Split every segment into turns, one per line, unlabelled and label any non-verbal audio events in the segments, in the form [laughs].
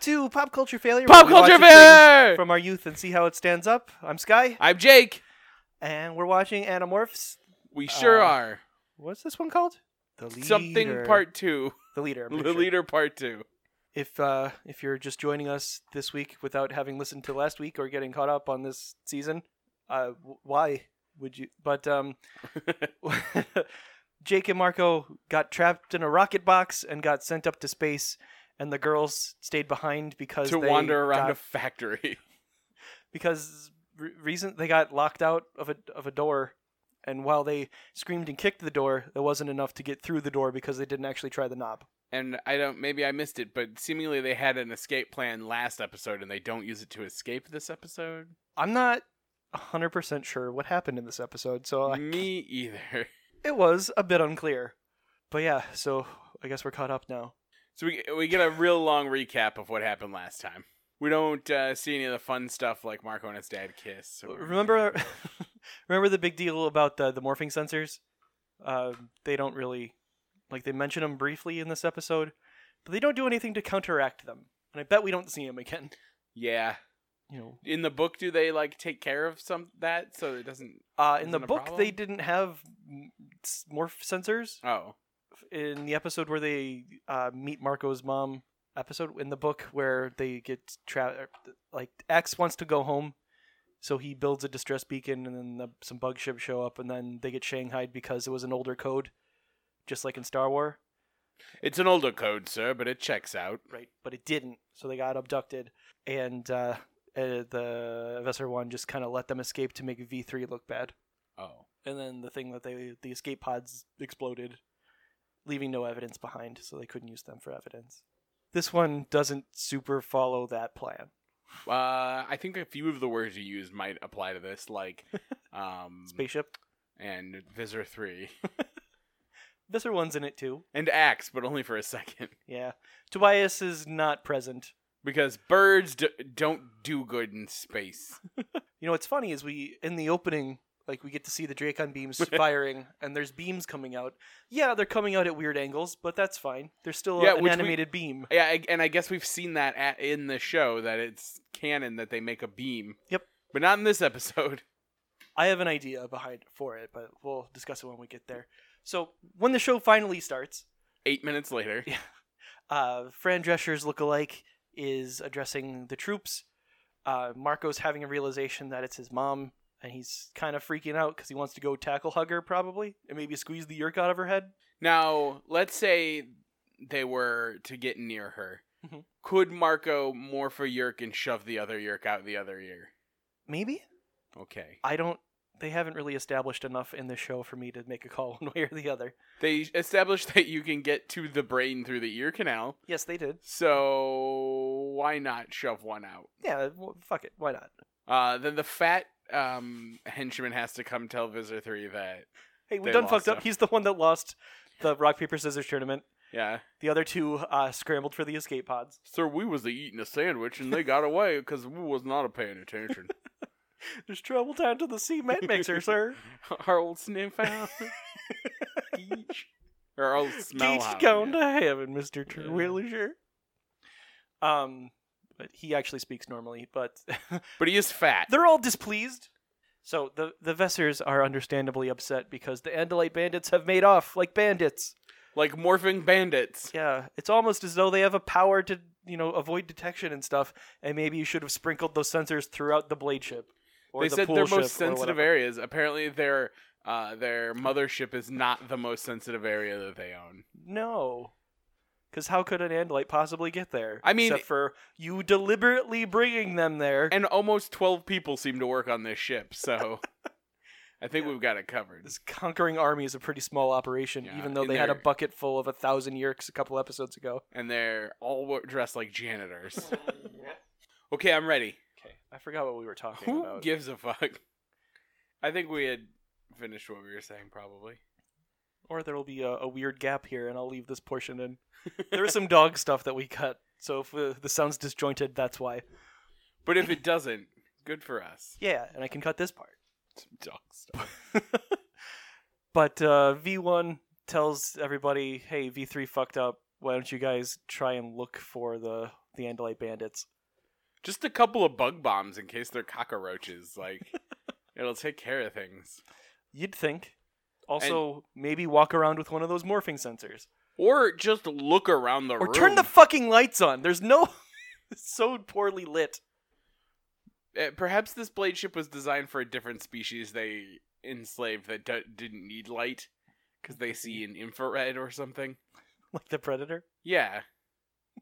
to Pop Culture Failure.
Pop
where we watch
culture
a thing
fair.
From our youth and see how it stands up. I'm Sky,
I'm Jake.
and we're watching Animorphs.
We sure
Uh,
are.
What's this one called? The Leader.
Something part two.
The
[laughs]
Leader. I'm
The
pretty sure.
leader part two.
If uh, if you're just joining us this week without having listened to last week or getting caught up on this season, uh, w- why would you? But
[laughs]
um, Jake and Marco got trapped in a rocket box and got sent up to space, and the girls stayed behind because
to
they
wander around
got-
a factory. [laughs]
because re- reason they got locked out of a of a door, and while they screamed and kicked the door, there wasn't enough to get through the door because they didn't actually try the knob.
And I don't. Maybe I missed it, but seemingly they had an escape plan last episode, and they don't use it to escape this episode.
I'm not 100% sure what happened in this episode, so I,
Me either. [laughs]
it was a bit unclear. But yeah, so I guess we're caught up now.
So we we get a real long recap of what happened last time. We don't uh, see any of the fun stuff like Marco and his dad kiss. or-
Remember [laughs] remember the big deal about the, the morphing sensors? Uh, they don't really like they mention them briefly in this episode, but they don't do anything to counteract them. And I bet we don't see them again. [laughs]
Yeah.
You know,
In the book, do they like take care of some that so it doesn't?
uh, in the
Isn't a
book they
problem?
didn't have mm, s- morph sensors.
Oh,
in the episode where they uh, meet Marco's mom episode in the book where they get trapped like X wants to go home so he builds a distress beacon and then the, some bug ships show up and then they get shanghaied because it was an older code just like in Star War
it's an older code, sir, but it checks out.
right but it didn't so they got abducted and uh, uh, the Vesser 1 just kind of let them escape to make V3 look bad
Oh,
and then the thing that they the escape pods exploded leaving no evidence behind so they couldn't use them for evidence this one doesn't super follow that plan
uh, I think a few of the words you used might apply to this, like um,
spaceship
and Visor Three [laughs]
visser one's in it too
and Axe, but only for a second [laughs]
yeah tobias is not present
because birds d- don't do good in space.
you know what's funny is we in the opening like we get to see the dracon
[laughs]
beams firing and there's beams coming out yeah they're coming out at weird angles but that's fine they're still
Yeah,
an
which we-
animated beam
Yeah, I- and I guess we've seen that at, in the show that it's canon that they make a beam.
Yep.
But not in this episode. [laughs]
I have an idea behind for it, but we'll discuss it when we get there. So when the show finally starts,
Eight minutes later.
uh, Fran Drescher's lookalike is addressing the troops. Uh, Marco's having a realization that it's his mom, and he's kind of freaking out because he wants to go tackle hug her, probably, and maybe squeeze the yerk out of her head.
Now, let's say they were to get near her.
Mhm.
Could Marco morph a yerk and shove the other yerk out the other ear?
Maybe?
Okay.
I don't. They haven't really established enough in this show for me to make a call [laughs] one way or the other.
They established [laughs] that you can get to the brain through the ear canal,
Yes, they did.
so why not shove one out?
Yeah, well, fuck it. Why not?
Uh, then the fat um, henchman has to come tell Visor 3 that,
Hey, we
They
done
lost
fucked
him.
up. He's the one that lost the rock, paper, scissors tournament.
yeah,
The other two uh, scrambled for the escape pods.
Sir, we was eating a sandwich and they got away because we was not a paying attention.
There's trouble down to the cement [laughs] mixer, sir.
[laughs] Our old sniff [laughs] out. Each. Or old smell
Teach
out,
gone to
yeah.
heaven, Mister
Yeah.
Terwilliger. Um, but he actually speaks normally, but [laughs]
But he is fat.
they're all displeased. So the the Vessers are understandably upset because the Andalite bandits have made off like bandits.
like morphing bandits.
Yeah, it's almost as though they have a power to you know avoid detection and stuff. And maybe you should have sprinkled those sensors throughout the blade ship. Or
they
the
said
pool
their
ship or
most sensitive
whatever.
areas. Apparently their uh, their mothership is not the most sensitive area that they own.
No. Because how could an Andalite possibly get there?
I mean-
except for you deliberately bringing them there.
And almost twelve people seem to work on this ship,
[laughs]
so I think
Yeah.
we've got it covered.
this conquering army is a pretty small operation,
Yeah,
even though
and
they had a
they're-
bucket full of a thousand yerks a couple episodes ago.
And they're all wo- dressed like
[laughs]
janitors. [laughs] okay, I'm ready.
Okay, I forgot what we were talking
Who
about.
gives a fuck? I think we had finished what we were saying, probably.
Or there will be a, a weird gap here, and I'll leave this portion [laughs] in. There is some dog stuff that we cut, so if uh, the sound's disjointed, that's why.
But
[laughs]
if it doesn't, good for us.
Yeah, and I can cut this part.
Dog stuff.
But uh, V1 tells everybody, "Hey, V3 fucked up. Why don't you guys try and look for the the Andalite bandits.
Just a couple of bug bombs in case they're cockroaches.
[laughs]
Like, it'll take care of things.
You'd think. Also, maybe walk around with one of those morphing sensors,
Or just look around the
or
room.
turn the fucking lights on. There's no. [laughs] it's so poorly lit.
Uh, perhaps this blade ship was designed for a different species they enslaved that d- didn't need light because they
Mm.
see in infrared or something.
Like the Predator.
Yeah.
[laughs]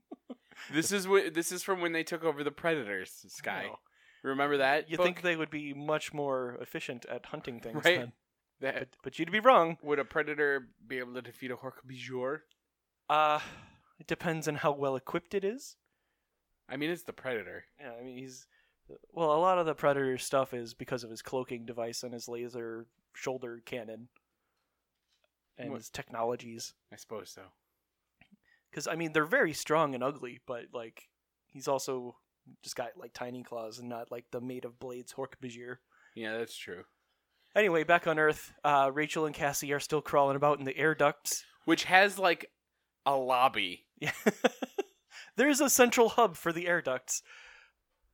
this is wh- this is from when they took over the predators, Sky.
Oh.
Remember that?
You
book?
think they would be much more efficient at hunting things,
Right.
then.
that
But, but you'd be wrong.
would a predator be able to defeat a horcrux?
Uh, it depends on how well equipped it is.
I mean, it's the predator.
Yeah, I mean he's well. A lot of the predator stuff is because of his cloaking device and his laser shoulder cannon and
What-
his technologies.
I suppose so.
Because I mean they're very strong and ugly, but like he's also just got like tiny claws and not like the made of blades Hork-Bajir.
Yeah, that's true.
Anyway, back on Earth, uh, Rachel and Cassie are still crawling about in the air ducts. [laughs]
Which has like a lobby.
Yeah. There's a central hub for the air ducts.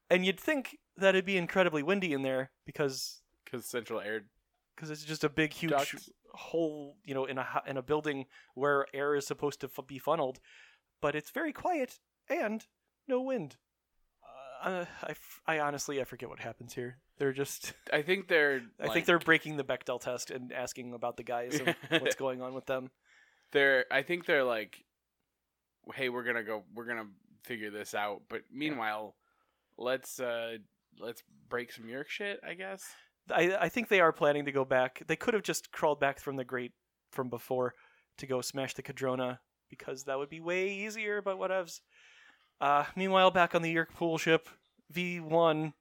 And you'd think that it'd be incredibly windy in there because
Because Central Air
because it's just a big, huge
Ducts.
hole, you know, in a hu- in a building where air is supposed to f- be funneled. But it's very quiet and no wind. Uh, I, f- I honestly I forget what happens here. They're just
I think they're.
I
like-
think they're breaking the Bechdel test and asking about the guys
[laughs]
and what's going on with them.
they're i think they're like hey we're gonna go we're gonna figure this out but meanwhile let's uh let's break some york shit i guess
I I think they are planning to go back. They could have just crawled back from the grate from before to go smash the Cadrona because that would be way easier. But whatevs. Uh, meanwhile, back on the Yerk pool ship, V one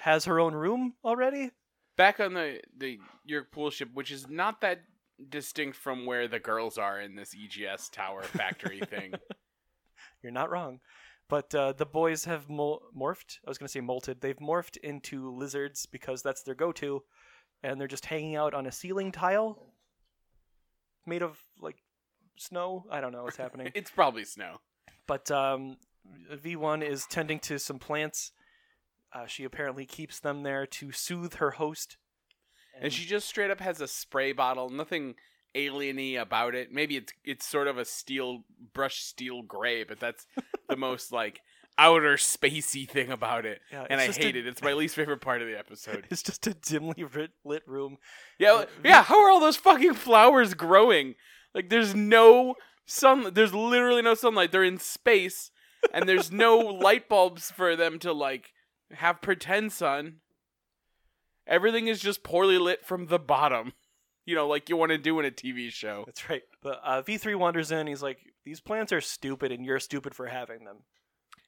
has her own room already.
back on the the york pool ship which is not that distinct from where the girls are in this egs tower factory thing
You're not wrong. But uh, the boys have mol- morphed. I was going to say molted. They've morphed into lizards because that's their go-to, and they're just hanging out on a ceiling tile made of like snow. I don't know what's happening.
it's probably snow
But um, V1 is tending to some plants. Uh, she apparently keeps them there to soothe her host.
and she just straight up has a spray bottle nothing alieny about it maybe it's it's sort of a steel brushed steel gray but that's the most like outer spacey thing about it
yeah,
and I
it's just
hate
a-
it. It's my least favorite part of the episode.
[laughs] It's just a dimly lit, lit room.
[laughs] Yeah, like- yeah. How are all those fucking flowers growing? Like, there's no sun. There's literally no sunlight. They're in space, and there's no light bulbs for them to like have pretend sun. Everything is just poorly lit from the bottom. You know, like you want to do in a TV show.
That's right. But uh, V3 wanders in. He's like, "These plants are stupid, and you're stupid for having them." [laughs]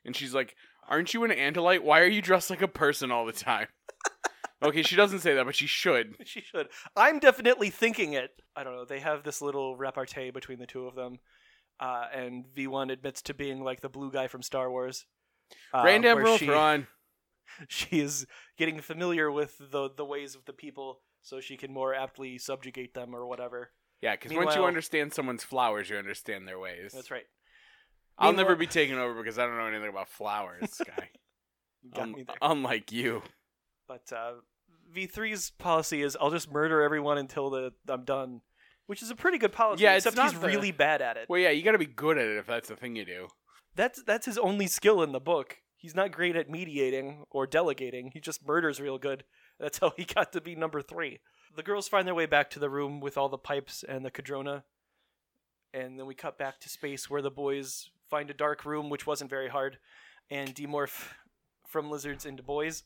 And she's like, "Aren't you an Andalite? Why are you dressed like a person all the [laughs] time?" okay, she doesn't say that, but she should.
she should. I'm definitely thinking it. I don't know. They have this little repartee between the two of them, uh, and V1 admits to being like the blue guy from Star Wars. uh,
Grand
where
Admiral
she-
Thrawn.
[laughs] she is getting familiar with the the ways of the people so she can more aptly subjugate them or whatever.
Yeah, because once you
Meanwhile-
understand someone's flowers, you understand their ways.
That's right.
I'll never
Meanwhile-
be taken over because I don't know anything about flowers,
[laughs]
Sky.
You got
Un-
me there.
unlike you.
But uh, V3's policy is I'll just murder everyone until the I'm done, which is a pretty good policy.
Yeah, it's
except
not
he's
the-
really bad at it.
Well, yeah, you got to be good at it if that's the thing you do.
That's that's his only skill in the book. He's not great at mediating or delegating. He just murders real good. That's how he got to be number three. The girls find their way back to the room with all the pipes and the cadrona, and then we cut back to space where the boys find a dark room, which wasn't very hard, and demorph from lizards into boys.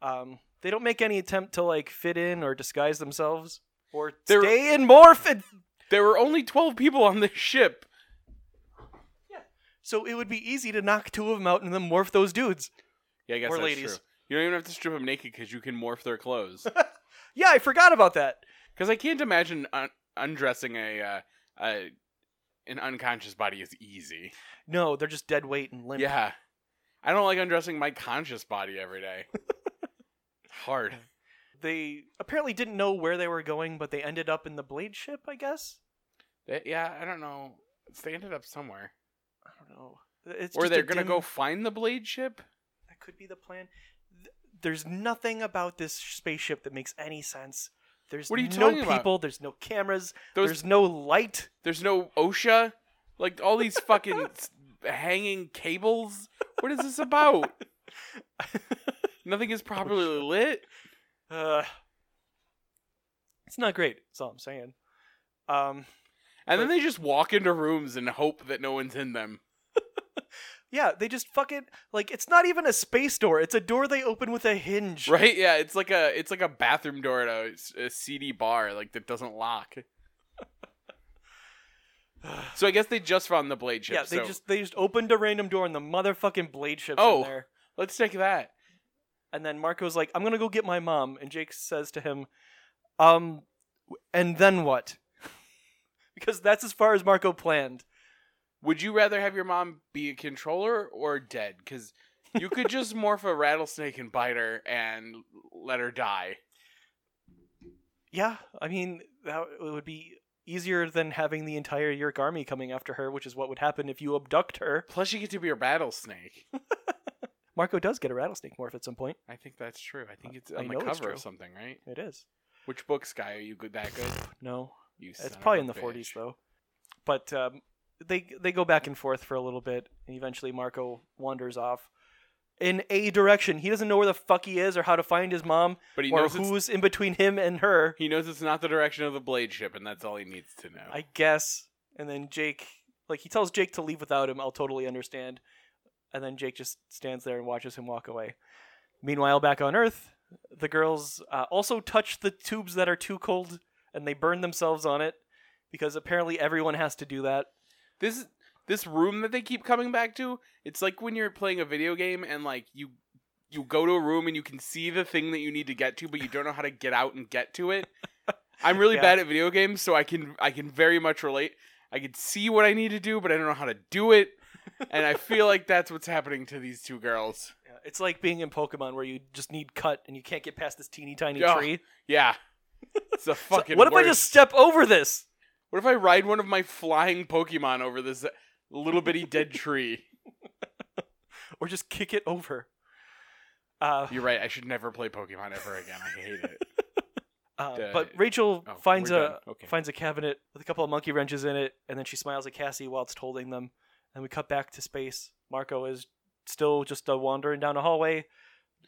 Um, they don't make any attempt to like fit in or disguise themselves or
They're-
stay in morph and
There were only 12 people on this ship.
so it would be easy to knock two of them out and then morph those dudes.
Yeah, I guess
Or
that's
ladies.
true. You don't even have to strip them naked because you can morph
[laughs]
their clothes.
Yeah, I forgot about that.
Because I can't imagine un- undressing a, uh, a an unconscious body is easy.
No, they're just dead weight and limp.
Yeah. I don't like undressing my conscious body
[laughs]
every day. Hard.
They apparently didn't know where they were going, but they ended up in the blade ship, I guess.
They- yeah, I don't know. They ended up somewhere.
I don't know. It's
or
just
they're
a
gonna
dim-
go find the blade ship.
That could be the plan. Th- There's nothing about this spaceship that makes any sense. There's
What are you
no
talking about?
people. There's no cameras.
Those-
There's no light.
There's no OSHA. Like all these fucking
[laughs]
s- hanging cables. What is
[laughs]
this about? Nothing
Oh,
is properly lit.
Uh, it's not great. That's all I'm saying. Um,
And then they just walk into rooms and hope that no one's in them.
yeah, they just fucking like it's not even a space door. It's a door they open with a hinge.
Right? Yeah, it's like a it's like a bathroom door at a, s- a CD bar like that
[laughs]
doesn't lock. so I guess they just found the blade ship.
Yeah, they
so
just they just opened a random door and the motherfucking blade ship's
Oh.
in there.
let's take that.
And then Marco's like, "I'm gonna go get my mom," and Jake says to him, "Um, and then what?" [laughs] because that's as far as Marco planned.
Would you rather have your mom be a controller or dead? Because you
[laughs]
could just morph a rattlesnake and bite her and let her die.
Yeah, I mean that would be easier than having the entire York army coming after her, which is what would happen if you abduct her.
Plus, you get to be a rattlesnake.
Marco does get a rattlesnake morph at some point.
I think that's true. I think it's
I
on the
know it's
cover of
true.
something, right?
It is.
Which books, guy? Are you good that good?
No,
You son
it's
of
probably
a
in the
bitch.
40s though. But um, they they go back and forth for a little bit, and eventually Marco wanders off in a direction. He doesn't know where the fuck he is or how to find his mom.
But he
or
knows it's
who's in between him and her,
He knows it's not the direction of the blade ship, and that's all he needs to know.
I guess. And then Jake, like, he tells Jake to leave without him. I'll totally understand. And then Jake just stands there and watches him walk away. Meanwhile, back on Earth, the girls uh, also touch the tubes that are too cold and they burn themselves on it because apparently everyone has to do that.
this this room that they keep coming back to, it's like when you're playing a video game and like you you go to a room and you can see the thing that you need to get to, but you don't know how to get out and get to it. I'm
[laughs]
really
Yeah.
bad at video games, so I can I can very much relate. I can see what I need to do, but I don't know how to do it. And I feel like that's what's happening to these two girls.
Yeah, It's like being in Pokemon where you just need cut and you can't get past this teeny tiny
Ugh,
tree.
Yeah. It's
[laughs] So
the fucking
what if I
worst.
just step over this?
What if I ride one of my flying Pokemon over this little bitty dead tree?
Or just kick it over? Uh,
You're right. I should never play Pokemon ever again. I hate it.
Uh,
Uh,
but Rachel
Oh,
finds
we're
a
done. okay.
finds a cabinet with a couple of monkey wrenches in it, and then she smiles at Cassie whilst holding them. And we cut back to space. Marco is still just uh, wandering down a hallway,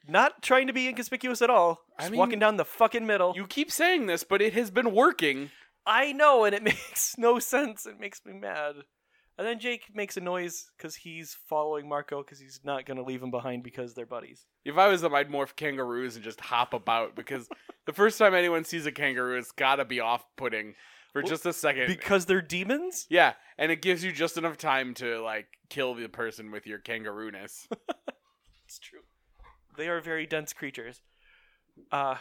not trying to be inconspicuous at all.
I
Just
mean-
walking down the fucking middle.
You keep saying this, but it has been working.
I know, and it [laughs] makes no sense. It makes me mad. And then Jake makes a noise because he's following Marco because he's not going to leave him behind because they're buddies.
If I was them, I'd morph kangaroos and just hop about [laughs] because the first time anyone sees a kangaroo, it's gotta be off-putting for
Well,
just a second.
Because they're demons?
yeah, and it gives you just enough time to like kill the person with your kangaroo-ness.
It's true. They are very dense creatures. Uh,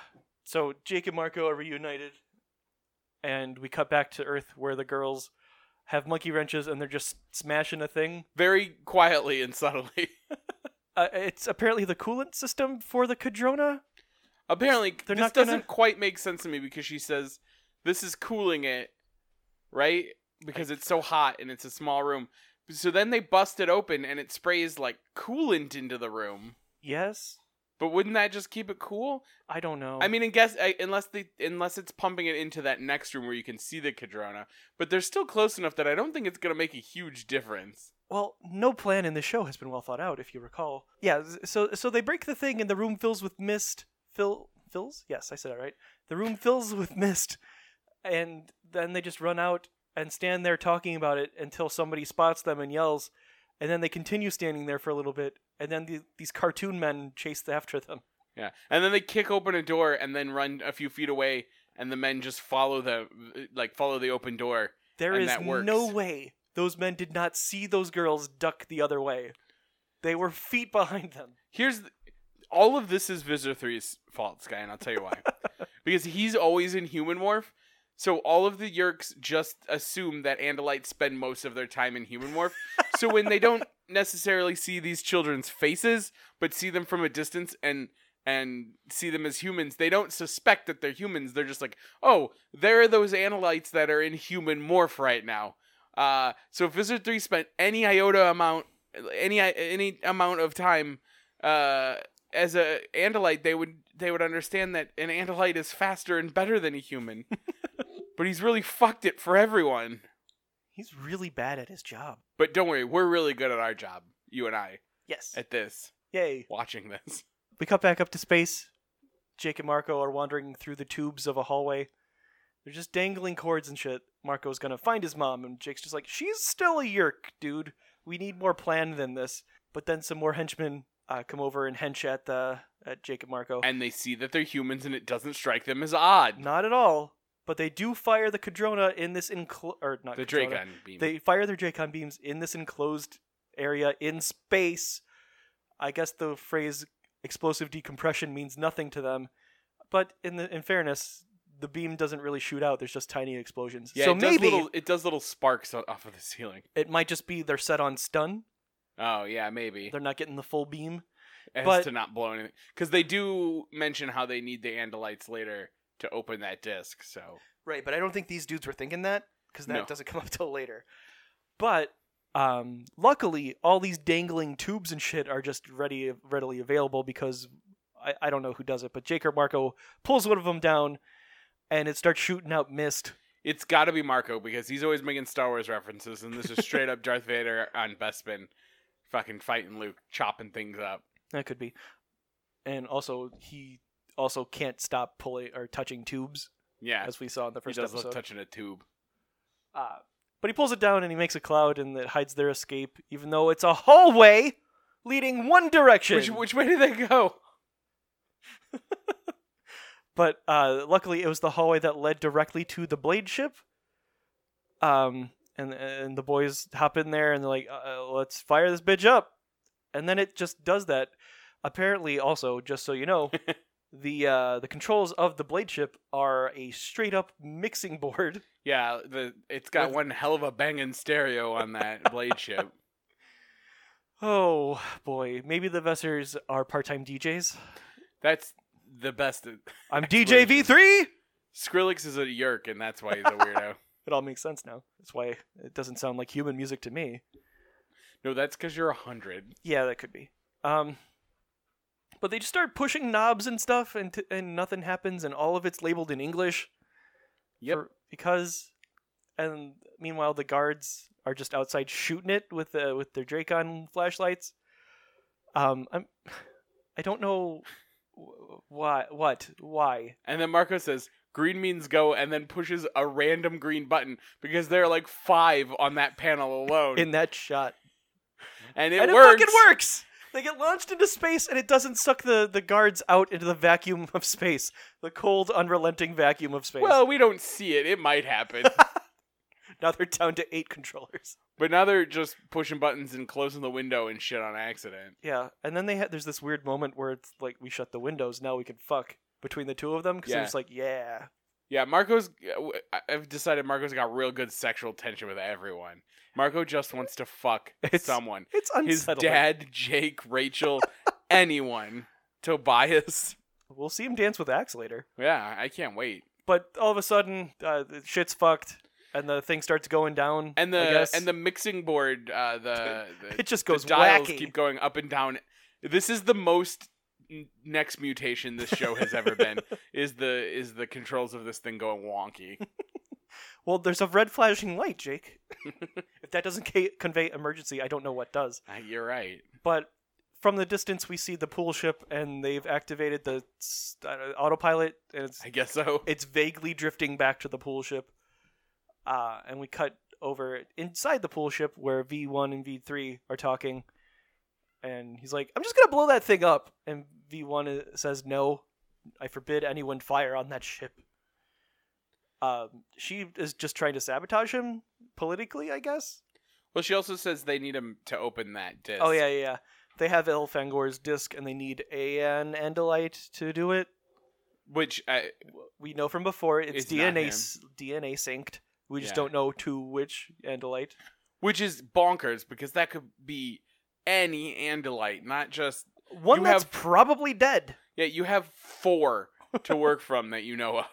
so Jake and Marco are reunited, and we cut back to Earth where the girls have monkey wrenches and they're just smashing a thing.
[laughs] Very quietly and subtly.
Uh, it's apparently the coolant system for the Cadrona.
Apparently,
They're
this
not gonna-
doesn't quite make sense to me because she says this is cooling it, right? Because it's so hot and it's a small room. So then they bust it open and it sprays like coolant into the room.
Yes,
But wouldn't that just keep it cool?
I don't know.
I mean, I guess I, unless they unless it's pumping it into that next room where you can see the Cadrona, but they're still close enough that I don't think it's gonna make a huge difference.
well, no plan in the show has been well thought out, if you recall. Yeah, s- so so they break the thing and the room fills with mist. Fill fills? Yes, I said that right. The room [laughs] fills with mist, and then they just run out and stand there talking about it until somebody spots them and yells, and then they continue standing there for a little bit, and then the, these cartoon men chase after them.
Yeah, and then they kick open a door and then run a few feet away, and the men just follow the like follow the open door.
There
And
is
that works.
no way those men did not see those girls duck the other way. They were feet behind them.
Here's th- all of this is Visitor 3's fault, Sky, and I'll tell you why. because he's always in human morph. So all of the Yerks just assume that Andalites spend most of their time in human morph. so when they don't necessarily see these children's faces, but see them from a distance and and see them as humans, they don't suspect that they're humans. They're just like, oh, there are those Andalites that are in human morph right now. Uh, so if Visitor 3 spent any iota amount any any amount of time uh, as a Andalite, they would they would understand that an Andalite is faster and better than
[laughs]
a human. but he's really fucked it for everyone.
He's really bad at his job.
But don't worry, we're really good at our job, you and I,
Yes.
at this,
Yay.
watching this.
We cut back up to space. Jake and Marco are wandering through the tubes of a hallway. They're just dangling cords and shit. Marco's gonna find his mom, and Jake's just like, She's still a yerk, dude. We need more plan than this. But then some more henchmen uh, come over and hench at the at Jake and Marco.
And they see that they're humans and it doesn't strike them as odd.
Not at all. But they do fire the Cadrona in this enclosed or not
the
Cadrona.
Dracon beam.
They fire their Dracon beams in this enclosed area in space. I guess the phrase explosive decompression means nothing to them, but in the in fairness, the beam doesn't really shoot out. There's just tiny explosions.
yeah,
so
it does
maybe
little, it does little sparks o- off of the ceiling.
it might just be they're set on stun.
Oh yeah, maybe
They're not getting the full beam.
as
but-
to not blow anything because they do mention how they need the Andalites later to open that disc. So
Right, but I don't think these dudes were thinking that because that
No.
doesn't [laughs] come up till later. But um, luckily, all these dangling tubes and shit are just ready, readily available because I, I don't know who does it, but Jake or Marco pulls one of them down, and it starts shooting out mist.
It's got to be Marco because he's always making Star Wars references, and this is straight
[laughs]
up Darth Vader on Bespin, fucking fighting Luke, chopping things up.
That could be, and also he also can't stop pulling or touching tubes
Yeah,
as we saw in the
he
first
does
episode.
look touching a tube.
Uh, but he pulls it down and he makes a cloud and it hides their escape, even though it's a hallway leading one direction.
Which which way did they go?
but uh, luckily it was the hallway that led directly to the blade ship. Um, and and the boys hop in there and they're like, uh, uh, "Let's fire this bitch up," and then it just does that. Apparently, also just so you know, the uh, the controls of the blade ship are a straight up mixing board. [laughs]
Yeah, the it's got
With-
one hell of a banging stereo on that blade
[laughs]
ship.
Oh boy, maybe the Vessers are part time DJs.
That's the best.
I'm DJ V three.
Skrillex is a yerk, and that's why he's
[laughs]
a weirdo.
It all makes sense now. That's why it doesn't sound like human music to me.
no, that's because you're a hundred.
Yeah, that could be. Um, but they just start pushing knobs and stuff, and t- and nothing happens, and all of it's labeled in English.
Yep.
for- because, and meanwhile the guards are just outside shooting it with uh, with their Dracon flashlights. Um, I'm, [sighs] I don't know wh- why, what, why.
And then Marco says, green means go, and then pushes a random green button because there are like five on that panel alone.
In that shot,
and it
and
works.
it fucking works. They get launched into space, and it doesn't suck the, the guards out into the vacuum of space, the cold, unrelenting vacuum of space.
Well, we don't see it. It
[laughs]
might happen.
Now they're down to eight controllers.
but now they're just pushing buttons and closing the window and shit on accident.
Yeah, and then they had there's this weird moment where it's like we shut the windows. Now we can fuck between the two of them because
Yeah.
they're just like, yeah,
Yeah, Marco's. uh, I- I've decided Marco's got real good sexual tension with everyone. Marco just wants to fuck
[laughs] It's
someone.
it's
His
unsettling.
dad, Jake,
[laughs]
Rachel, anyone. Tobias.
We'll see him dance with Axe later.
Yeah, I can't wait.
But all of a sudden, uh, the shit's fucked, and the thing starts going down.
And
I
the
guess.
and the mixing board, uh, the,
[laughs]
the
it just goes
the dials
wacky.
keep going up and down. This is the most n- next mutation this show has
[laughs]
ever been. is the is the controls of this thing going wonky?
well, there's a red flashing light,
[laughs]
Jake. if that doesn't ca- convey emergency, I don't know what does.
Uh, You're right.
But from the distance, we see the pool ship, and they've activated the s- uh, autopilot, and it's
I guess so.
it's vaguely drifting back to the pool ship. Uh, and we cut over inside the pool ship where V1 and V3 are talking. And he's like, I'm just going to blow that thing up. And V1 i- says, No, I forbid anyone fire on that ship. Um, she is just trying to sabotage him politically, I guess.
Well, she also says they need him to open that disc.
Oh, yeah, yeah, yeah. They have El Fangor's disc and they need an Andalite to do it.
Which uh, I,
we know from before it's,
It's not
DNA
him.
s- DNA synced. We just
Yeah.
don't know to which Andalite.
which is bonkers because that could be any Andalite, not just
One
You
that's
have-
probably dead.
yeah. You have four
[laughs]
to work from that you know of,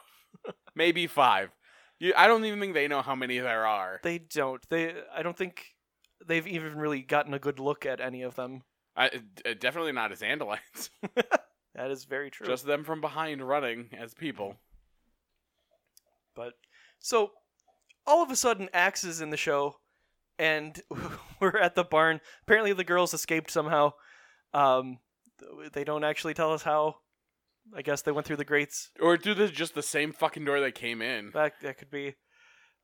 maybe five. You, I don't even think they know how many there are.
They don't. They. I don't think they've even really gotten a good look at any of them.
I, uh, definitely not as Andalites.
That is very true.
Just them from behind running as people.
But so all of a sudden, Axe is in the show, and [laughs] we're at the barn. Apparently, the girls escaped somehow. Um, they don't actually tell us how. I guess they went through the grates.
Or do this just the same fucking door they came in.
That that could be.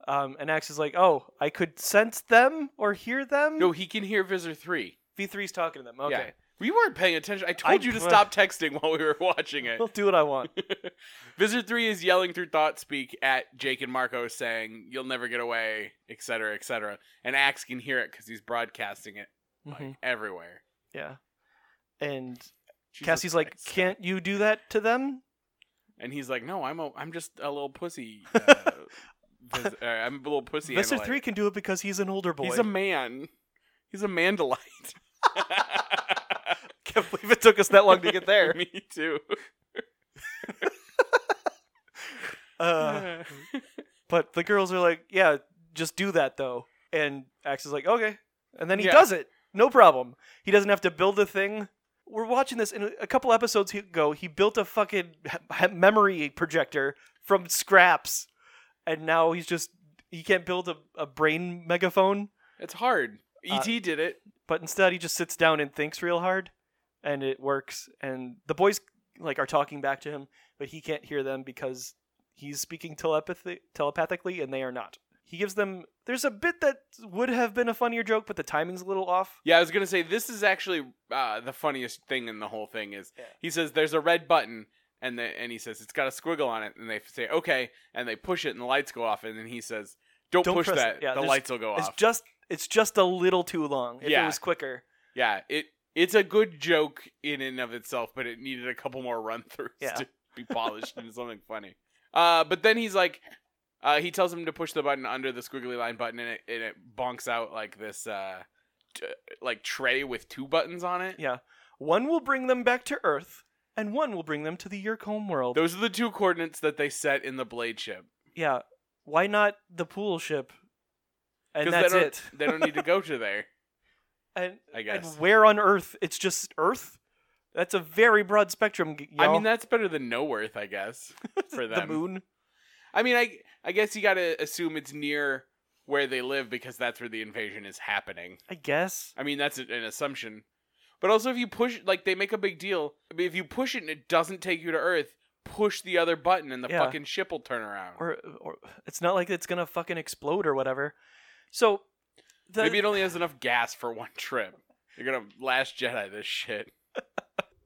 Um, and Axe is like, "Oh, I could sense them or hear them."
No, he can hear Visor 3.
V3's talking to them. Okay, [laughs]
We weren't paying attention. I told
I-
you to stop texting while we were watching it.
I'll do what I want.
[laughs] Visor 3 is yelling through thought speak at Jake and Marco saying, You'll never get away, etc., etc. And Axe can hear it because he's broadcasting it like,
Mhm,
everywhere.
Yeah. And
Jesus
Cassie's like,
Christ.
"Can't you do that to them?"
And he's like, No, I'm a, I'm just a
[laughs]
little pussy. Uh, vis- uh, I'm a little pussy.
Mister
analyte."
Three can do it because he's an older boy.
He's a man. He's a mandalite.
[laughs] Can't believe it took us that long to get [laughs] there.
[laughs] Me too.
Uh, but the girls are like, "Yeah, just do that though." And Axe is like, "Okay," and then he
Yeah.
does it. No problem. He doesn't have to build a thing. We're watching this in a couple episodes ago. He built a fucking he- he- memory projector from scraps, and now he's just he can't build a, a brain megaphone.
[laughs] it's hard.
uh,
ET did it.
but instead he just sits down and thinks real hard and it works and the boys like are talking back to him but he can't hear them because he's speaking telepathy telepathically and they are not he gives them there's a bit that would have been a funnier joke but the timing's a little off
Yeah, I was gonna say this is actually uh, the funniest thing in the whole thing is
Yeah.
he says there's a red button and the, and he says it's got a squiggle on it and they say okay and they push it and the lights go off and then he says don't,
Don't
push
press
that
it. Yeah,
the
there's-
lights will go
it's
off.
just it's just a little too long if it
Yeah.
was quicker
yeah, it it's a good joke in and of itself, but it needed a couple more run throughs
Yeah.
to be polished into something funny. Uh, but then he's like, uh, he tells him to push the button under the squiggly line button and it and it bonks out like this uh, t- like tray with two buttons on it.
yeah one will bring them back to earth and one will bring them to the Yerk home world
Those are the two coordinates that they set in the blade ship.
yeah why not the pool ship and
'Cause
that's
they don't,
it
they don't need to go to there,
[laughs] and
I guess.
And where on Earth? It's just Earth. That's a very broad spectrum. y-
I
y'all.
mean, that's better than no worth, I
[laughs]
guess, for them.
the moon.
I mean, I I guess you got to assume it's near where they live because that's where the invasion is happening.
I guess.
I mean, that's a- an assumption. But also, if you push, like, they make a big deal. I mean, if you push it and it doesn't take you to Earth, push the other button and the
Yeah.
fucking ship will turn around.
Or, or it's not like it's gonna fucking explode or whatever. So, the,
Maybe it only has enough gas for one trip. You're gonna last Jedi this shit.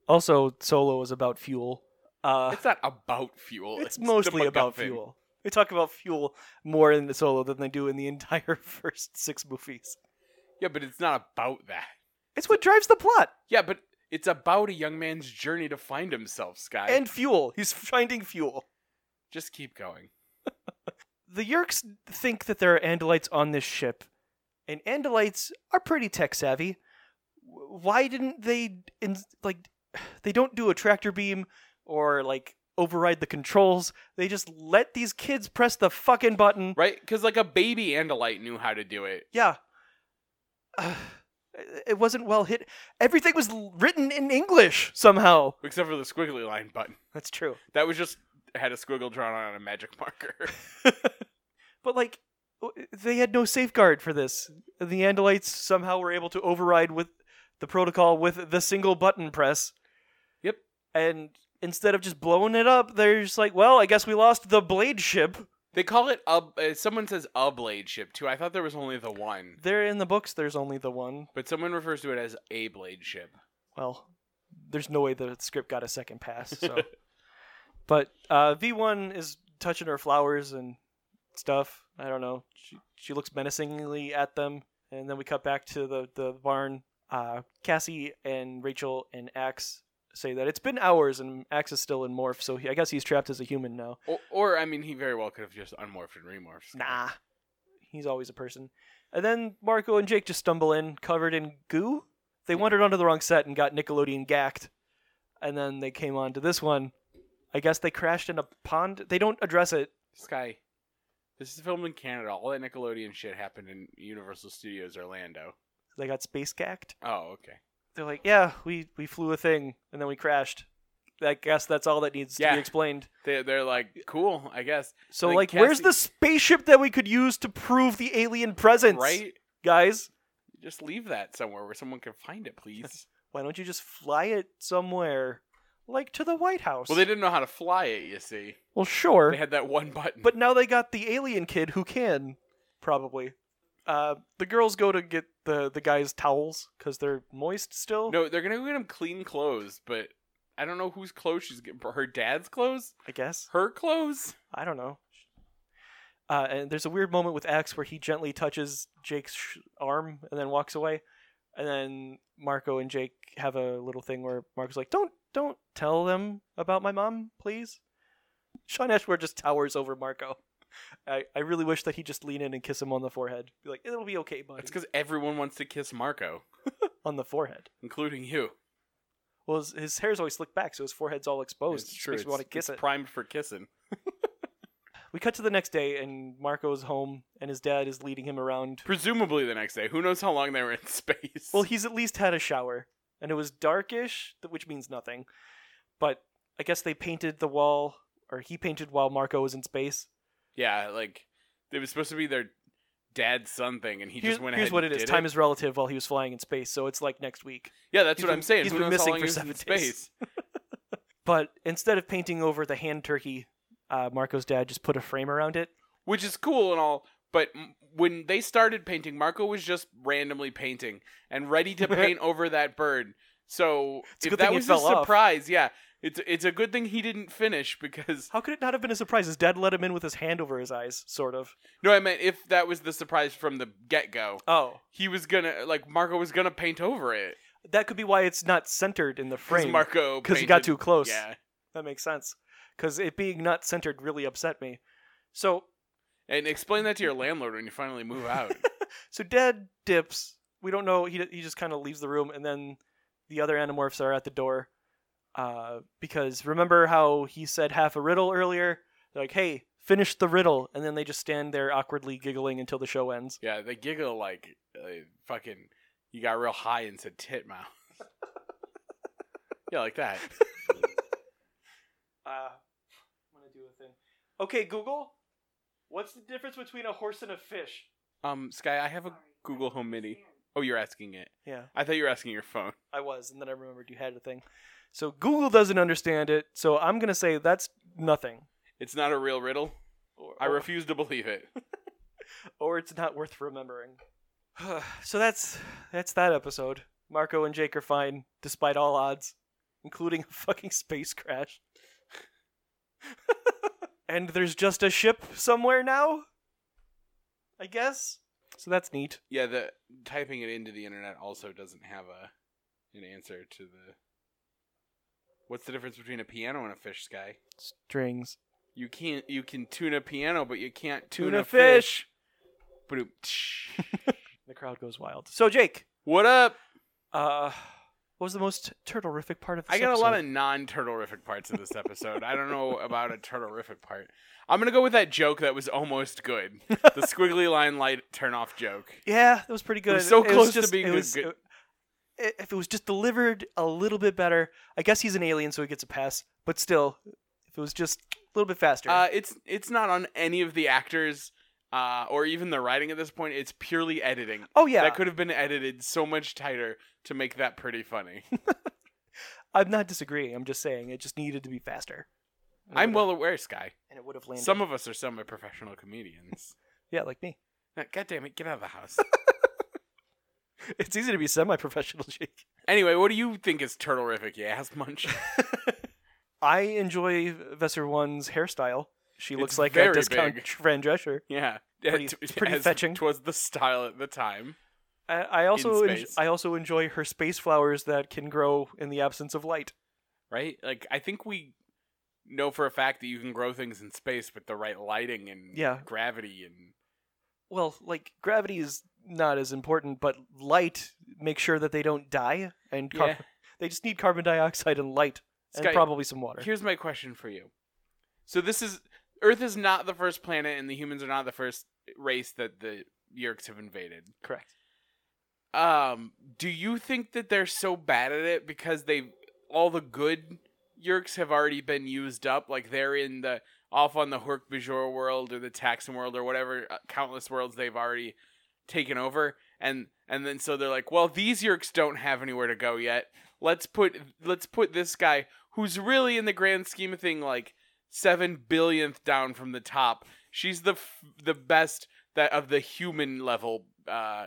also Solo is about fuel. Uh, [laughs]
It's not about fuel.
it's,
the
mostly about
MacGuffin.
fuel. They talk about fuel more in the Solo than they do in the entire [laughs] first six movies.
Yeah, but it's not about that.
It's what drives the plot
Yeah, but it's about a young man's journey to find himself, Sky.
and fuel. He's finding fuel.
just keep going.
the Yerks think that there are Andalites on this ship, and Andalites are pretty tech savvy. W- Why didn't they in, like they don't do a tractor beam or like override the controls? They just let these kids press the fucking button.
Right? Because like a baby Andalite knew how to do it.
Yeah. [sighs] Ugh. it wasn't well hit. Everything was l- written in English somehow.
Except for the squiggly line button.
That's true.
That was just had a squiggle drawn on a magic marker. [laughs]
But like, w- they had no safeguard for this. The Andalites somehow were able to override with the protocol with the single button press.
Yep.
And instead of just blowing it up, they're just like, "Well, I guess we lost the blade ship."
they call it a. Uh, someone says a blade ship too. I thought there was only the one,
There in the books, there's only the one.
but someone refers to it as a blade ship.
Well, there's no way the script got a second pass. So, but uh, V1 is touching her flowers and stuff. I don't know. She she looks menacingly at them, and then we cut back to the the barn. Uh, Cassie and Rachel and Axe say that it's been hours, and Axe is still in morph, so he, I guess he's trapped as a human now.
Or, or I mean, he very well could have just unmorphed and remorphed.
Nah, he's always a person. And then Marco and Jake just stumble in, covered in goo. They wandered onto the wrong set and got Nickelodeon gacked, and then they came on to this one. I guess they crashed in a pond. They don't address it.
Sky, this is filmed in Canada. All that Nickelodeon shit happened in Universal Studios Orlando.
They got space gacked.
Oh, okay.
They're like, yeah, we we flew a thing and then we crashed. I guess that's all that needs to
Yeah.
be explained.
They they're like cool, I guess.
So
Like,
like, where's
Cassie-
the spaceship that we could use to prove the alien presence?
Right?
guys.
Just leave that somewhere where someone can find it, please.
Why don't you just fly it somewhere, like to the White House?
well, they didn't know how to fly it, you see.
Well, sure.
They had that one button.
But now they got the alien kid who can, probably. Uh, the girls go to get the, the guy's towels because they're moist still.
no, they're gonna get him clean clothes, but I don't know whose clothes she's getting. Her dad's clothes,
I guess.
her clothes.
I don't know. Uh, and there's a weird moment with X where he gently touches Jake's sh- arm and then walks away. And then Marco and Jake have a little thing where Marco's like, "Don't, don't tell them about my mom, please." Sean Ashmore just towers over Marco. I, I really wish that he just lean in and kiss him on the forehead. Be like, "It'll be okay, buddy."
That's because everyone wants to kiss Marco,
on the forehead.
including you.
Well, his, his hair's always slicked back, so his forehead's all exposed.
Oh, It's
It
true.
Makes
It's,
me want to kiss
it's
it.
primed for kissing.
we cut to the next day, and Marco's home, and his dad is leading him around.
Presumably the next day. Who knows how long they were in [laughs] space?
Well, he's at least had a shower, and it was darkish, th- which means nothing. But I guess they painted the wall, or he painted while Marco was in space.
yeah, like it was supposed to be their dad's son thing, and he
here's
just went
here's
ahead
what
and
it is:
did
time is relative. While he was flying in space, so it's like next week.
Yeah, that's
he's
what
been-
I'm saying.
he's
Who
been
knows
missing
how long
for
he was in
seven days.
space?
But instead of painting over the hand turkey, uh, Marco's dad just put a frame around it.
which is cool and all. But m- when they started painting, Marco was just randomly painting and
[laughs]
ready to paint over that bird. So
It's a
if
good
that
thing it
was a
fell off.
surprise, yeah, it's it's a good thing he didn't finish because [laughs]
How could it not have been a surprise? His dad let him in with his hand over his eyes, sort of.
no, I meant if that was the surprise from the get go,
Oh,
he was gonna like Marco was gonna paint over it
that could be why it's not centered in the
because
frame
Marco
because he got too
painted-
close.
Yeah,
That makes sense. Because it being not centered really upset me. So
and explain that to your landlord when you finally move out.
[laughs] so Dad dips. We don't know. He he just kind of leaves the room, and then the other animorphs are at the door. Uh, because remember how he said half a riddle earlier? They're like, "Hey, finish the riddle," and then they just stand there awkwardly giggling until the show ends.
yeah, they giggle like uh, fucking. You got real high and said tit mouth. [laughs] yeah, like that.
Uh, I'm gonna do a thing. Okay, Google, what's the difference between a horse and a fish?
Um, Sky, I have a Google Home Mini. Oh, you're asking it.
Yeah,
I thought you were asking your phone.
I was, and then I remembered you had a thing. So Google doesn't understand it, so I'm gonna say that's nothing.
It's not a real riddle.
Or,
I refuse to believe it. [laughs]
or it's not worth remembering. [sighs] so that's that's that episode. Marco and Jake are fine despite all odds, including a fucking space crash. [laughs] and there's just a ship somewhere now. I guess. So that's neat.
Yeah, the typing it into the internet also doesn't have a an answer to the. What's the difference between a piano and a fish, Sky?
Strings.
You can't. You can tune a piano, but you can't tune,
Tuna
a fish. Badoop.
The crowd goes wild. So Jake,
what up?
uh what was the most turtle-rific part of this
I got a lot
episode?
of non-turtlerific parts of this episode. I don't know about a turtlerific part. I'm gonna go with that joke that was almost good. The squiggly line light turn off joke.
Yeah, that was pretty good.
was so
was
close to
just-
being
it
good-
was-
good.
it- if it was just delivered a little bit better, I guess he's an alien, so he gets a pass. But still, if it was just a little bit faster,
Uh, it's it's not on any of the actors uh, or even the writing at this point. It's purely editing.
oh yeah,
That could have been edited so much tighter to make that pretty funny.
I'm not disagreeing. I'm just saying it just needed to be faster. And it
I'm
would've-
well aware, Sky.
and it would have landed.
Some of us are semi-professional comedians.
yeah, like
[laughs]
me.
Now, God damn it, get out of the house.
It's easy to be semi-professional,
[laughs]
Jake.
anyway, what do you think is turtlerific, you ass munch?
I enjoy Vesser One's hairstyle. She
It's
looks like
very
a discount [laughs]
big.
Fran Drescher.
yeah,
Pretty-
It- [laughs]
it's pretty
as
fetching.
Was the style at the time.
I, I also en-
space.
I also enjoy her space flowers that can grow in the absence of light.
right? Like I think we know for a fact that you can grow things in space with the right lighting and
Yeah.
gravity and
well, like gravity is not as important, but light make sure that they don't die, and car-
Yeah.
they just need carbon dioxide and light, and
Sky,
probably some water.
Here's my question for you. So this is Earth is not the first planet and the humans are not the first race that the Yurks have invaded.
Correct.
Um, do you think that they're so bad at it because they all the good Yerks have already been used up? Like they're in the off on the Hork Bajor world or the Taxon world or whatever uh, countless worlds they've already taken over, and and then so they're like, well, these Yerks don't have anywhere to go yet. Let's put let's put this guy who's really in the grand scheme of thing like seven billionth down from the top. She's the f- the best that of the human level uh,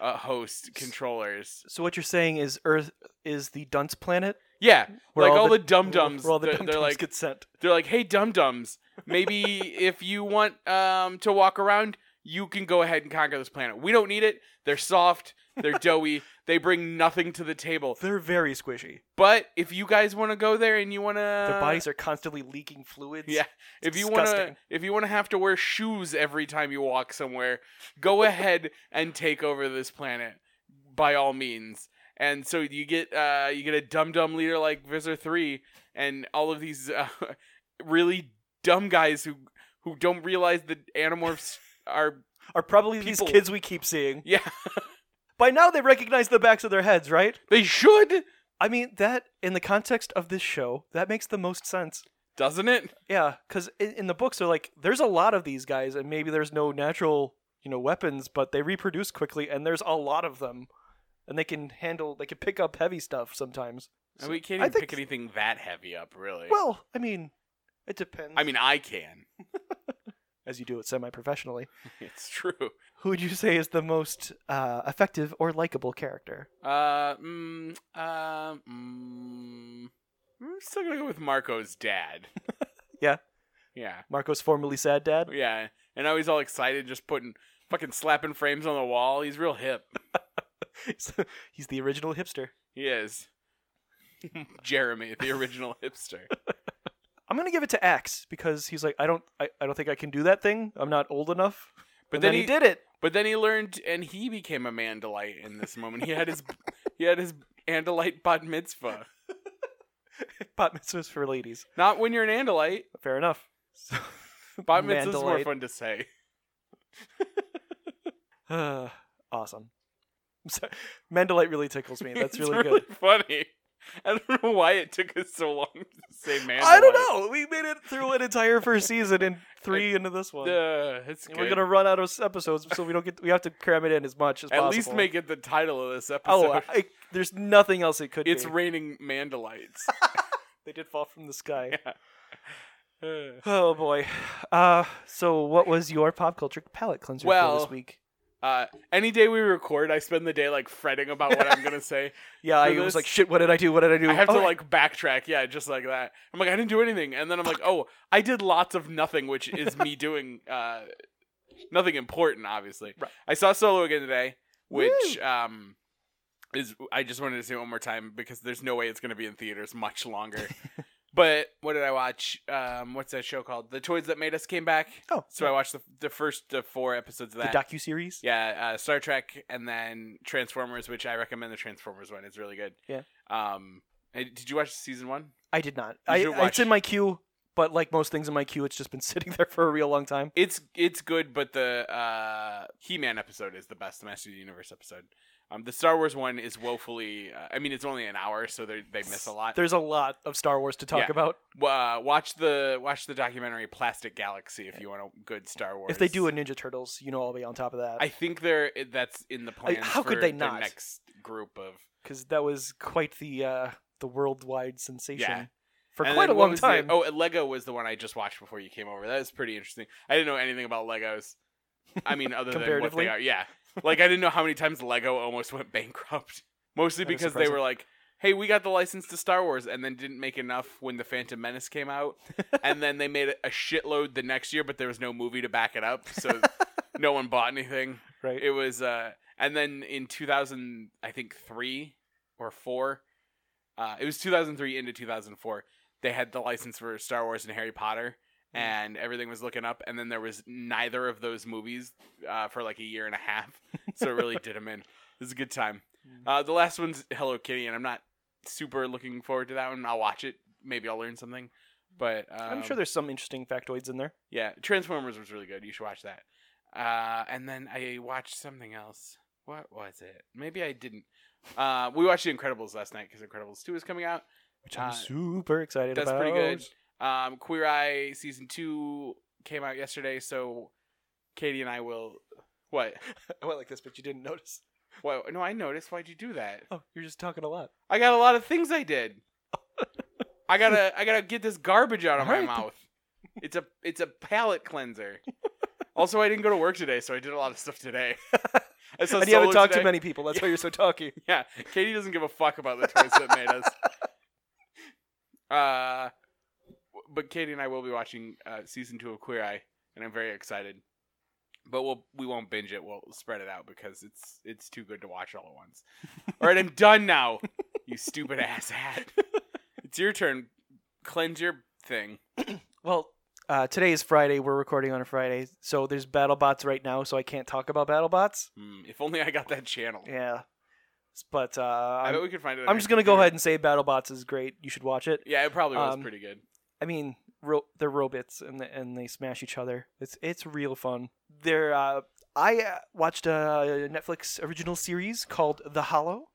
uh, host controllers.
So what you're saying is Earth is the dunce planet
Yeah,
Where
like
all
all,
the-
the dum dums.
where all the
They're,
dum-dums
they're like
get sent.
they're like, hey dum dums, maybe if you want um to walk around, you can go ahead and conquer this planet. We don't need it. They're soft. They're doughy. They bring nothing to the table.
They're very squishy.
But if you guys want to go there and you want to
Their bodies are constantly leaking fluids.
Uh, Yeah. If you want to
disgusting.
if you want to have to wear shoes every time you walk somewhere,
[laughs]
go ahead and take over this planet by all means. And so you get uh you get a dumb dumb leader like Visor 3 and all of these uh, [laughs] really dumb guys who who don't realize that animorphs are [laughs]
Are probably
People-
these kids we keep seeing.
yeah,
By now they recognize the backs of their heads, right?
they should,
I mean, that in the context of this show, that makes the most sense.
doesn't it?
Yeah, because in, in the books, they're like, there's a lot of these guys, and maybe there's no natural, you know, weapons, but they reproduce quickly, and there's a lot of them, and they can handle, they can pick up heavy stuff sometimes.
And we can't
I
even
think-
pick anything that heavy up really.
Well, I mean, it depends.
I mean, I can. [laughs]
as you do it semi-professionally.
It's true.
Who would you say is the most uh, effective or likable character?
Uh, mm, uh, mm, I'm still gonna go with Marco's dad.
[laughs] Yeah.
yeah,
Marco's formerly sad dad.
Oh, yeah. And now he's all excited, just putting fucking slapping frames on the wall. He's real hip.
[laughs] He's the original hipster.
He is.
[laughs]
Jeremy, the original hipster.
I'm gonna give it to Axe because he's like, I don't, I, I don't think I can do that thing. I'm not old enough.
But
And
then,
he,
he,
did it. [laughs]
But then he learned, and he became a man delight in this moment. He had his, [laughs] he had his andalite bat mitzvah.
Bat mitzvahs for ladies.
Not when you're an andalite.
Fair enough. So,
Bat mitzvah's more
Mandalite.
fun to say.
Ah, [sighs] awesome. [laughs] I'm sorry. Mandalite really tickles me. [laughs] That's
[laughs] It's
really, good.
funny. [laughs] I don't know why it took us so long to say man.
[laughs] I don't know. We made it through an entire first season
[laughs]
and three into this one.
Uh, it's
And
good.
We're gonna run out of s- episodes, so we don't get. We have to cram it in as much as
at
possible.
least make it the title of
[laughs]
this
Oh,
episode.
I, there's nothing else it could.
[laughs] it's
be.
raining
[laughs]
mandalites.
they did fall from the sky.
Uh,
[sighs] Oh boy. [sighs] Uh, so what was your pop culture palate cleanser for
Well-
this week?
uh, any day we record, I spend the day like fretting about what I'm
[laughs]
gonna say.
Yeah, I
for
was
this-
like, shit. What did I do? What did I do?
I have to
Oh,
like backtrack, yeah, just like that. I'm like, I didn't do anything, and then I'm like, oh, I did lots of nothing, which is
[laughs]
me doing uh, nothing important, obviously.
Right.
I saw Solo again today, which um is I just wanted to say it one more time because there's no way it's going to be in theaters
[laughs]
much longer. but what did I watch? Um, what's that show called? The Toys That Made Us came back.
Oh,
So I watched the, the first uh, four episodes of
the
that.
docu series.
Yeah, uh, Star Trek, and then Transformers, which I recommend the Transformers one. It's really good.
Yeah.
Um, hey, did you watch season one?
I did not.
You
I,
should
it's
watch.
in my queue, but like most things in my queue, it's just been [laughs] sitting there for a real long time.
It's it's good, but the uh, He-Man episode is the best. The Master of the Universe episode. Um, the Star Wars one is woefully. Uh, I mean, it's only an hour, so they they miss a lot.
There's a lot of Star Wars to talk
Yeah.
about.
Uh, watch the watch the documentary Plastic Galaxy if you want a good Star Wars.
If they do a Ninja Turtles, you know I'll be on top of that.
I think they're that's in the plans.
how could
for
they
their
not?
next group of
because that was quite the uh, the worldwide sensation
Yeah.
for
And
quite a
then what
long
was the-
time.
oh, and Lego was the one I just watched before you came over. That was pretty interesting. I didn't know anything about Legos. I mean, other than what
Comparatively?
they are. Yeah, like I didn't know how many times Lego almost went [laughs] bankrupt. Mostly
That is
because they
surprising.
were like, "Hey, we got the license to Star Wars, and then didn't make enough when the Phantom Menace came
[laughs]
out, and then they made a shitload the next year, but there was no movie to back it up,
[laughs]
so no one bought anything."
right.
It was, uh, and then in 2000, I think three or four, uh, it was 2003 into 2004. They had the license for Star Wars and Harry Potter,
Mm.
and everything was looking up. And then there was neither of those movies uh, for like a year and a
[laughs]
half, so it really did them in. This is a good time.
Mm.
Uh, the last one's Hello Kitty, and I'm not super looking forward to that one. I'll watch it. Maybe I'll learn something. But um,
I'm sure there's some interesting factoids in there.
yeah, Transformers was really good. You should watch that. Uh, and then I watched something else. What was it? Maybe I didn't. Uh, we watched The Incredibles last night because Incredibles two is coming out.
which I'm
Uh,
super excited
that's
about.
pretty good. Um, Queer Eye season two came out yesterday, so Katie and I will. What?
[laughs] I went like this, but you didn't notice.
What? No, I noticed. Why'd you do that?
Oh, you're just talking a lot.
I got a lot of things I did. I gotta,
[laughs]
I gotta get this garbage out of my
Alright.
mouth. It's a, it's a palate cleanser. also, I didn't go to work today, so I did a lot of
[laughs]
stuff today. I saw
and you haven't
Solo
talked
today.
to many people. That's why you're
[laughs]
so talky.
Yeah, Katie doesn't give a fuck about the toys that made
[laughs]
us. Uh, w- but Katie and I will be watching uh, season two of Queer Eye, and I'm very excited. But we'll we won't binge it. We'll spread it out because it's it's too good to watch all at once.
[laughs]
all right, I'm done now. You stupid ass hat. It's your turn. Cleanse your thing.
Well, uh, today is Friday. We're recording on a Friday, so there's BattleBots right now, so I can't talk about BattleBots.
Hmm, if only I got that channel.
Yeah, but uh,
I bet
I'm,
we could find it. on
I'm
our
just gonna go
computer.
ahead and say BattleBots is great. You should watch it.
Yeah, it probably was
Um,
pretty good.
I mean, ro- they're robots and they- and they smash each other. It's it's real fun. They're uh, I uh, watched a Netflix original series called The Hollow.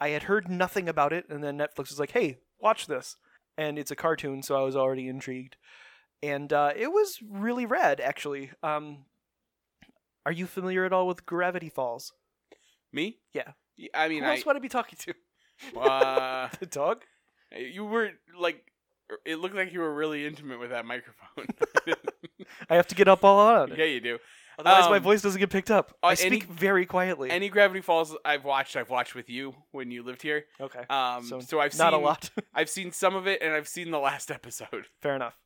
I had heard nothing about it, and then Netflix was like, "Hey, watch this," and it's a cartoon, so I was already intrigued, and uh, it was really rad, actually. Um, are you familiar at all with Gravity Falls?
Me?
Yeah.
Y- I mean,
Who else
I.
would I be talking to? [laughs]
Uh,
The dog?
Eh, You were like, it looked like you were really intimate with that
[laughs]
microphone.
I have to get up all on it.
yeah, you do.
Otherwise, my
um,
voice doesn't get picked up.
uh,
I
any-
speak very quietly.
Any Gravity Falls I've watched, I've watched with you when you lived here.
okay.
Um, so,
So,
I've seen
Not a lot.
I've seen some of it, and I've seen the last [laughs] episode.
Fair enough.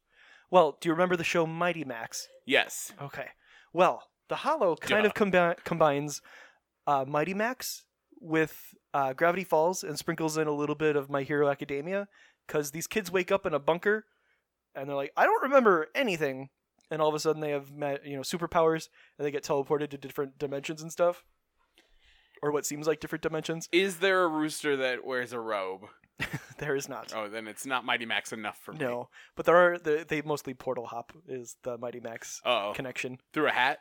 Well, do you remember the show Mighty Max?
Yes.
Okay. Well, The Hollow kind
Duh.
of combi- combines uh, Mighty Max with uh, Gravity Falls and sprinkles in a little bit of My Hero Academia because these kids wake up in a bunker and they're like, I don't remember anything. And all of a sudden they have ma- you know superpowers and they get teleported to different dimensions and stuff. Or what seems like different dimensions. [laughs]
Is there a rooster that wears a robe?
There is not.
Oh, then it's not Mighty Max enough for me.
no. But there are, they they mostly portal hop is the Mighty Max
Oh,
connection.
through a hat.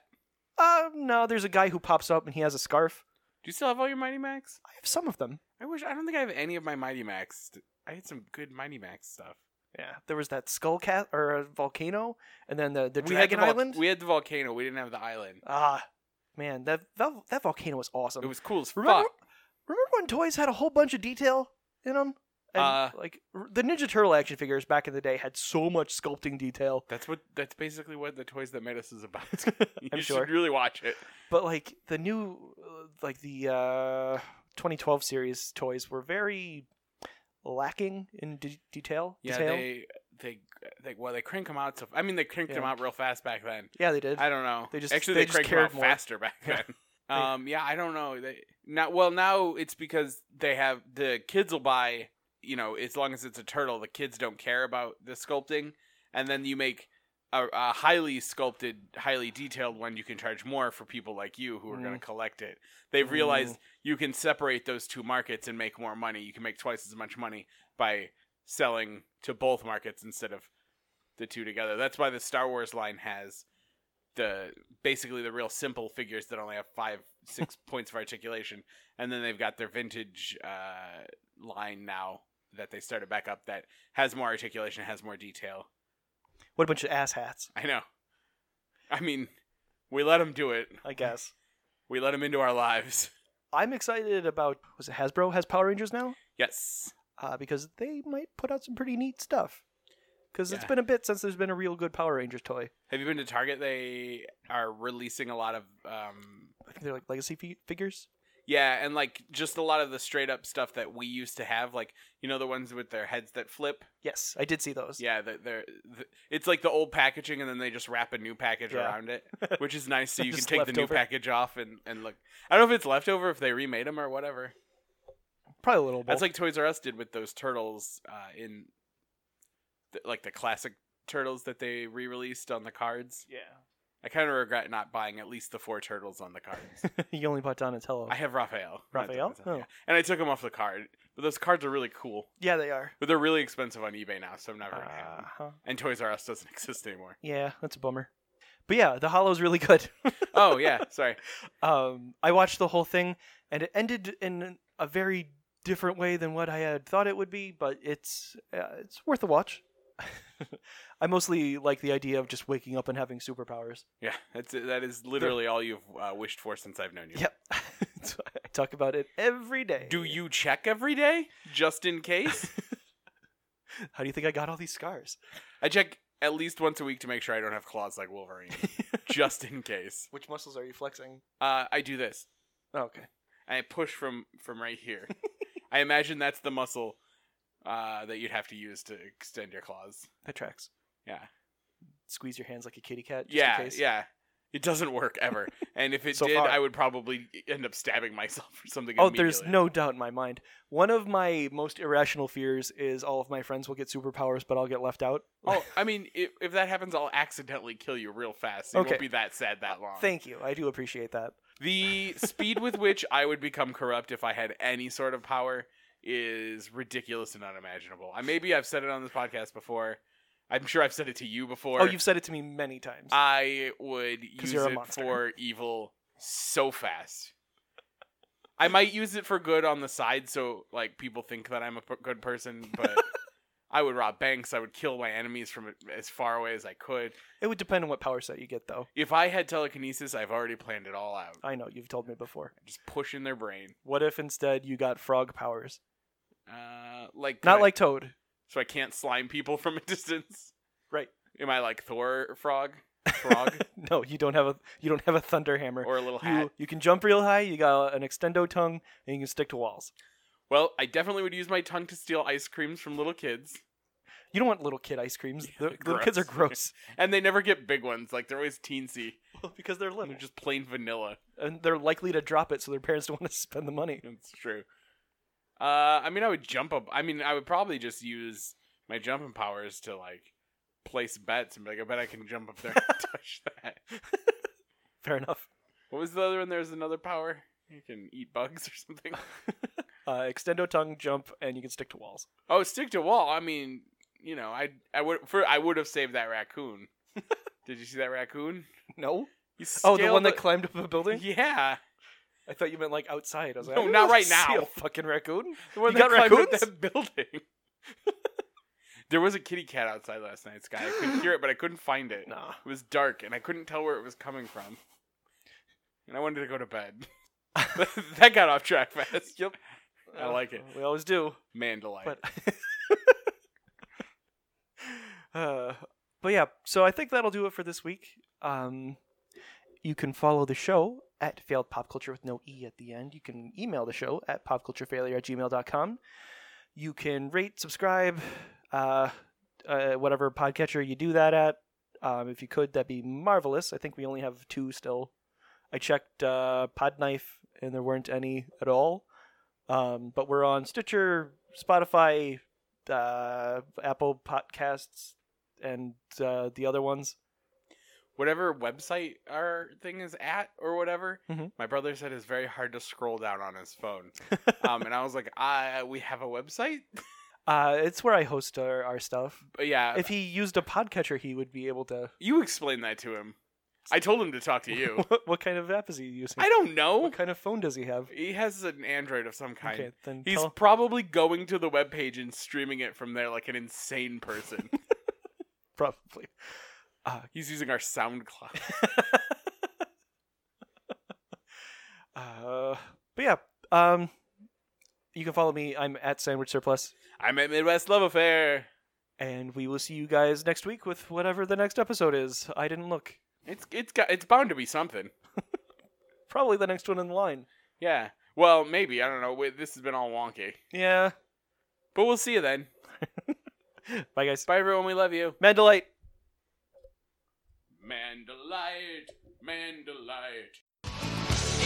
Uh, no, there's a guy who pops up and he has a scarf.
Do you still have all your Mighty Max?
I have some of them.
I wish. I don't think I have any of my Mighty Max. I had some good Mighty Max stuff.
Yeah, there was that skull cat or a volcano, and then the the
we had the
dragon
vol-
island.
We had the volcano. We didn't have the island.
Ah, man, that, that that volcano was awesome.
It was cool as
remember,
fuck.
remember when toys had a whole bunch of detail in them? And,
Uh,
like r- the Ninja Turtle action figures back in the day had so much sculpting detail,
That's what. That's basically what the toys that made us
[laughs]
is about. you
I'm
should
sure.
really watch it.
but like the new, uh, like the uh, 2012 series toys were very lacking in de- detail.
Yeah,
detail.
they they they well they crank them out. So I mean they cranked them
Yeah.
out real fast back then.
yeah, they did.
I don't know.
They just-
actually
they
they,
just
cranked 'em
cared
out
more.
faster back
Yeah.
then.
[laughs]
Um, yeah, I don't know. They now well now it's because they have the kids will buy you know as long as it's a turtle the kids don't care about the sculpting and then you make a, a highly sculpted highly detailed one you can charge more for people like you who are going to
Mm.
collect it. They've
Mm.
realized you can separate those two markets and make more money. You can make twice as much money by selling to both markets instead of the two together. That's why the Star Wars line has the basically the real simple figures that only have five, six points of articulation, and then they've got their vintage uh, line now that they started back up that has more articulation, has more detail.
what a bunch of ass hats,
I know. I mean, we let them do it.
I guess.
We let them into our lives. [laughs]
I'm excited about was it Hasbro has Power Rangers now
Yes.
uh, because they might put out some pretty neat stuff. Because it's
Yeah.
been a bit since there's been a real good Power Rangers toy.
Have you been to Target? They are releasing a lot of, um,
I think they're like legacy fi- figures.
yeah, and like just a lot of the straight up stuff that we used to have, like you know the ones with their heads that flip.
Yes, I did see those.
Yeah, they're, they're th- it's like the old packaging, and then they just wrap a new package
Yeah. [laughs]
around it, which is nice. So you can
Just
take the new
leftover.
package off and and look. I don't know if it's leftover, if they remade them or whatever.
probably a little.
That's
both.
[laughs] like Toys R Us did with those turtles uh, in, th- like the classic turtles that they re-released on the cards.
yeah.
I kind of regret not buying at least the four turtles on the cards.
[laughs] you only bought Donatello.
I have Raphael. not
Raphael?
Donatello,
Oh.
yeah. And I took him off the card. But those cards are really cool.
Yeah, they are.
But they're really expensive on eBay now, so I'm never going to have them.
Uh-huh.
And Toys R Us doesn't [laughs] exist anymore.
Yeah, that's a bummer. But yeah, The Hollow's really good. [laughs]
Oh yeah, [laughs] sorry.
um, I watched the whole thing, and it ended in a very different way than what I had thought it would be. But it's uh, it's worth a watch. [laughs] I mostly like the idea of just waking up and having superpowers.
Yeah, that's that is literally all you've uh, wished for since I've known you.
Yep, [laughs] That's why I talk about it every day.
Do you check every day just
[laughs]
in case?
How do you think I got all these scars?
I check at least once a week to make sure I don't have claws like
[laughs]
Wolverine, just in case.
Which muscles are you flexing?
Uh, I do this.
Oh, okay.
I push from from
[laughs]
right here. I imagine that's the muscle uh, that you'd have to use to extend your claws.
That tracks.
Yeah.
Squeeze your hands like a kitty cat. Just in
yeah,
case.
yeah. It doesn't work ever. and if
[laughs]
it
So
did,
far.
I would probably end up stabbing myself [laughs] or something.
Oh, there's
immediately.
no doubt in my mind. One of my most irrational fears is all of my friends will get superpowers, but I'll get left out.
Oh, I mean, if, if that happens, I'll accidentally kill you real fast. You
Okay.
won't be that sad that long.
Thank you. I do appreciate that.
the speed with which I would become corrupt if I had any sort of power is ridiculous and unimaginable. I maybe I've said it on this podcast before. I'm sure I've said it to you before.
Oh, you've said it to me many times.
I would use
you're a
it
monster.
for evil so fast. I might use it for good on the side, so like people think that I'm a p- good person.
[laughs]
But I would rob banks. I would kill my enemies from as far away as I could.
it would depend on what power set you get, though.
If I had telekinesis, I've already planned it all out.
I know you've told me before.
Just push in their brain,
What if instead you got frog powers?
uh, like
Not
I-
like Toad. [laughs]
so I can't slime people from a [laughs] distance.
Right.
Am I like Thor
[laughs]
frog, frog,
No, you don't have a you don't have a thunder hammer.
or a little hat?
You you can jump real high. You got an extendo tongue, and you can stick to walls.
Well, I definitely would use my tongue to steal ice creams from little kids.
You don't want little kid ice creams. The, little kids are
gross.
gross
And they never get big ones. Like they're always teensy. [laughs]
[laughs] Well, because they're little,
They're just plain vanilla. [laughs]
and they're likely to drop it, so their parents [laughs] don't want to spend the money.
That's true. Uh, I mean, I would jump up. I mean, I would probably just use my jumping powers to like place bets and be like, I bet I can jump up there and
[laughs]
touch that.
Fair enough.
What was the other one? There's another power. You can eat bugs or
[laughs]
something.
Uh, extendo tongue, jump, and you can stick to walls.
Oh, stick to wall. I mean, you know, I I would for I would have saved
[laughs]
that raccoon. Did you see that raccoon?
No.
He
Oh, the one
scaled
that climbed up a building.
yeah,
I thought you meant like outside. I was like,
No,
I don't
not right
see a
now.
fucking raccoon.
The one
You
that
got
climbed up
raccoons?
that building. [laughs] there was a kitty cat outside last night, Sky. I could hear it, but I couldn't find it.
Nah.
It was dark, and I couldn't tell where it was coming from. And I wanted to go
[laughs]
to bed. [laughs] that got off track fast.
Yep.
I like it.
We always do.
Man delight.
But [laughs] uh, but yeah, so I think that'll do it for this week. Um, you can follow the show at failed pop culture with no e at the end. You can email the show at popculturefailure at gmail.com. You can rate, subscribe, uh, uh, whatever podcatcher you do that at. Um, if you could, that'd be marvelous. I think we only have two still. I checked uh, Podknife and there weren't any at all. Um, but we're on Stitcher, Spotify, uh, Apple Podcasts, and uh, the other ones.
whatever website our thing is at or whatever
Mhm.
my brother said it's very hard to scroll down on his
[laughs]
phone um, and i was like uh, we have a website
Uh, it's where I host our, our stuff.
but yeah
If he used a podcatcher, he would be able to.
you explain that to him i told him to talk to
[laughs]
you
what, what kind of app is he using?
Oh. i don't know
What kind of phone does he have?
he has an android of some kind
Okay, then
he's [laughs]
tell-
probably going to the webpage and streaming it from there like an insane
[laughs]
person
probably.
he's using our soundcloud [laughs]
Uh, but yeah, um, you can follow me. I'm at Sandwich Surplus,
i'm at midwest love affair
and we will see you guys next week with whatever the next episode is. I didn't look.
it's it's got it's bound to be something
Probably the next one in line.
yeah well maybe i don't know Wait, this has been all wonky
Yeah.
but we'll see you then
Bye, guys.
Bye, everyone. We love you.
Mandalite.
Mandalite, Mandalite.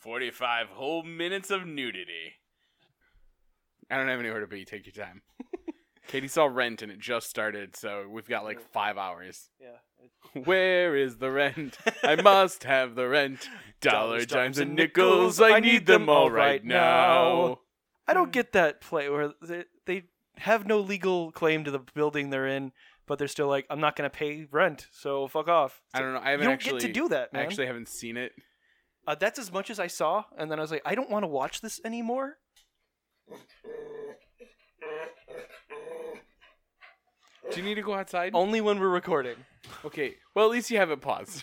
Forty-five whole minutes of nudity. I don't have anywhere to be. Take your time. Katie saw Rent and it just started, so we've got like
Yeah.
five hours.
Yeah.
[laughs] Where is the rent? I must have the rent. Dollar,
Dollars,
dimes, and nickels. I need them all right now.
I don't get that play where they, they have no legal claim to the building they're in, but they're still like, I'm not going to pay rent, so fuck off.
I don't know. I
you
haven't
don't
actually
get to do that,
I
man.
actually haven't seen it.
uh, that's as much as I saw, and then I was like, I don't want to watch this anymore.
Do you need to go outside?
Only when we're recording.
Okay. [laughs] Well, at least you have it paused.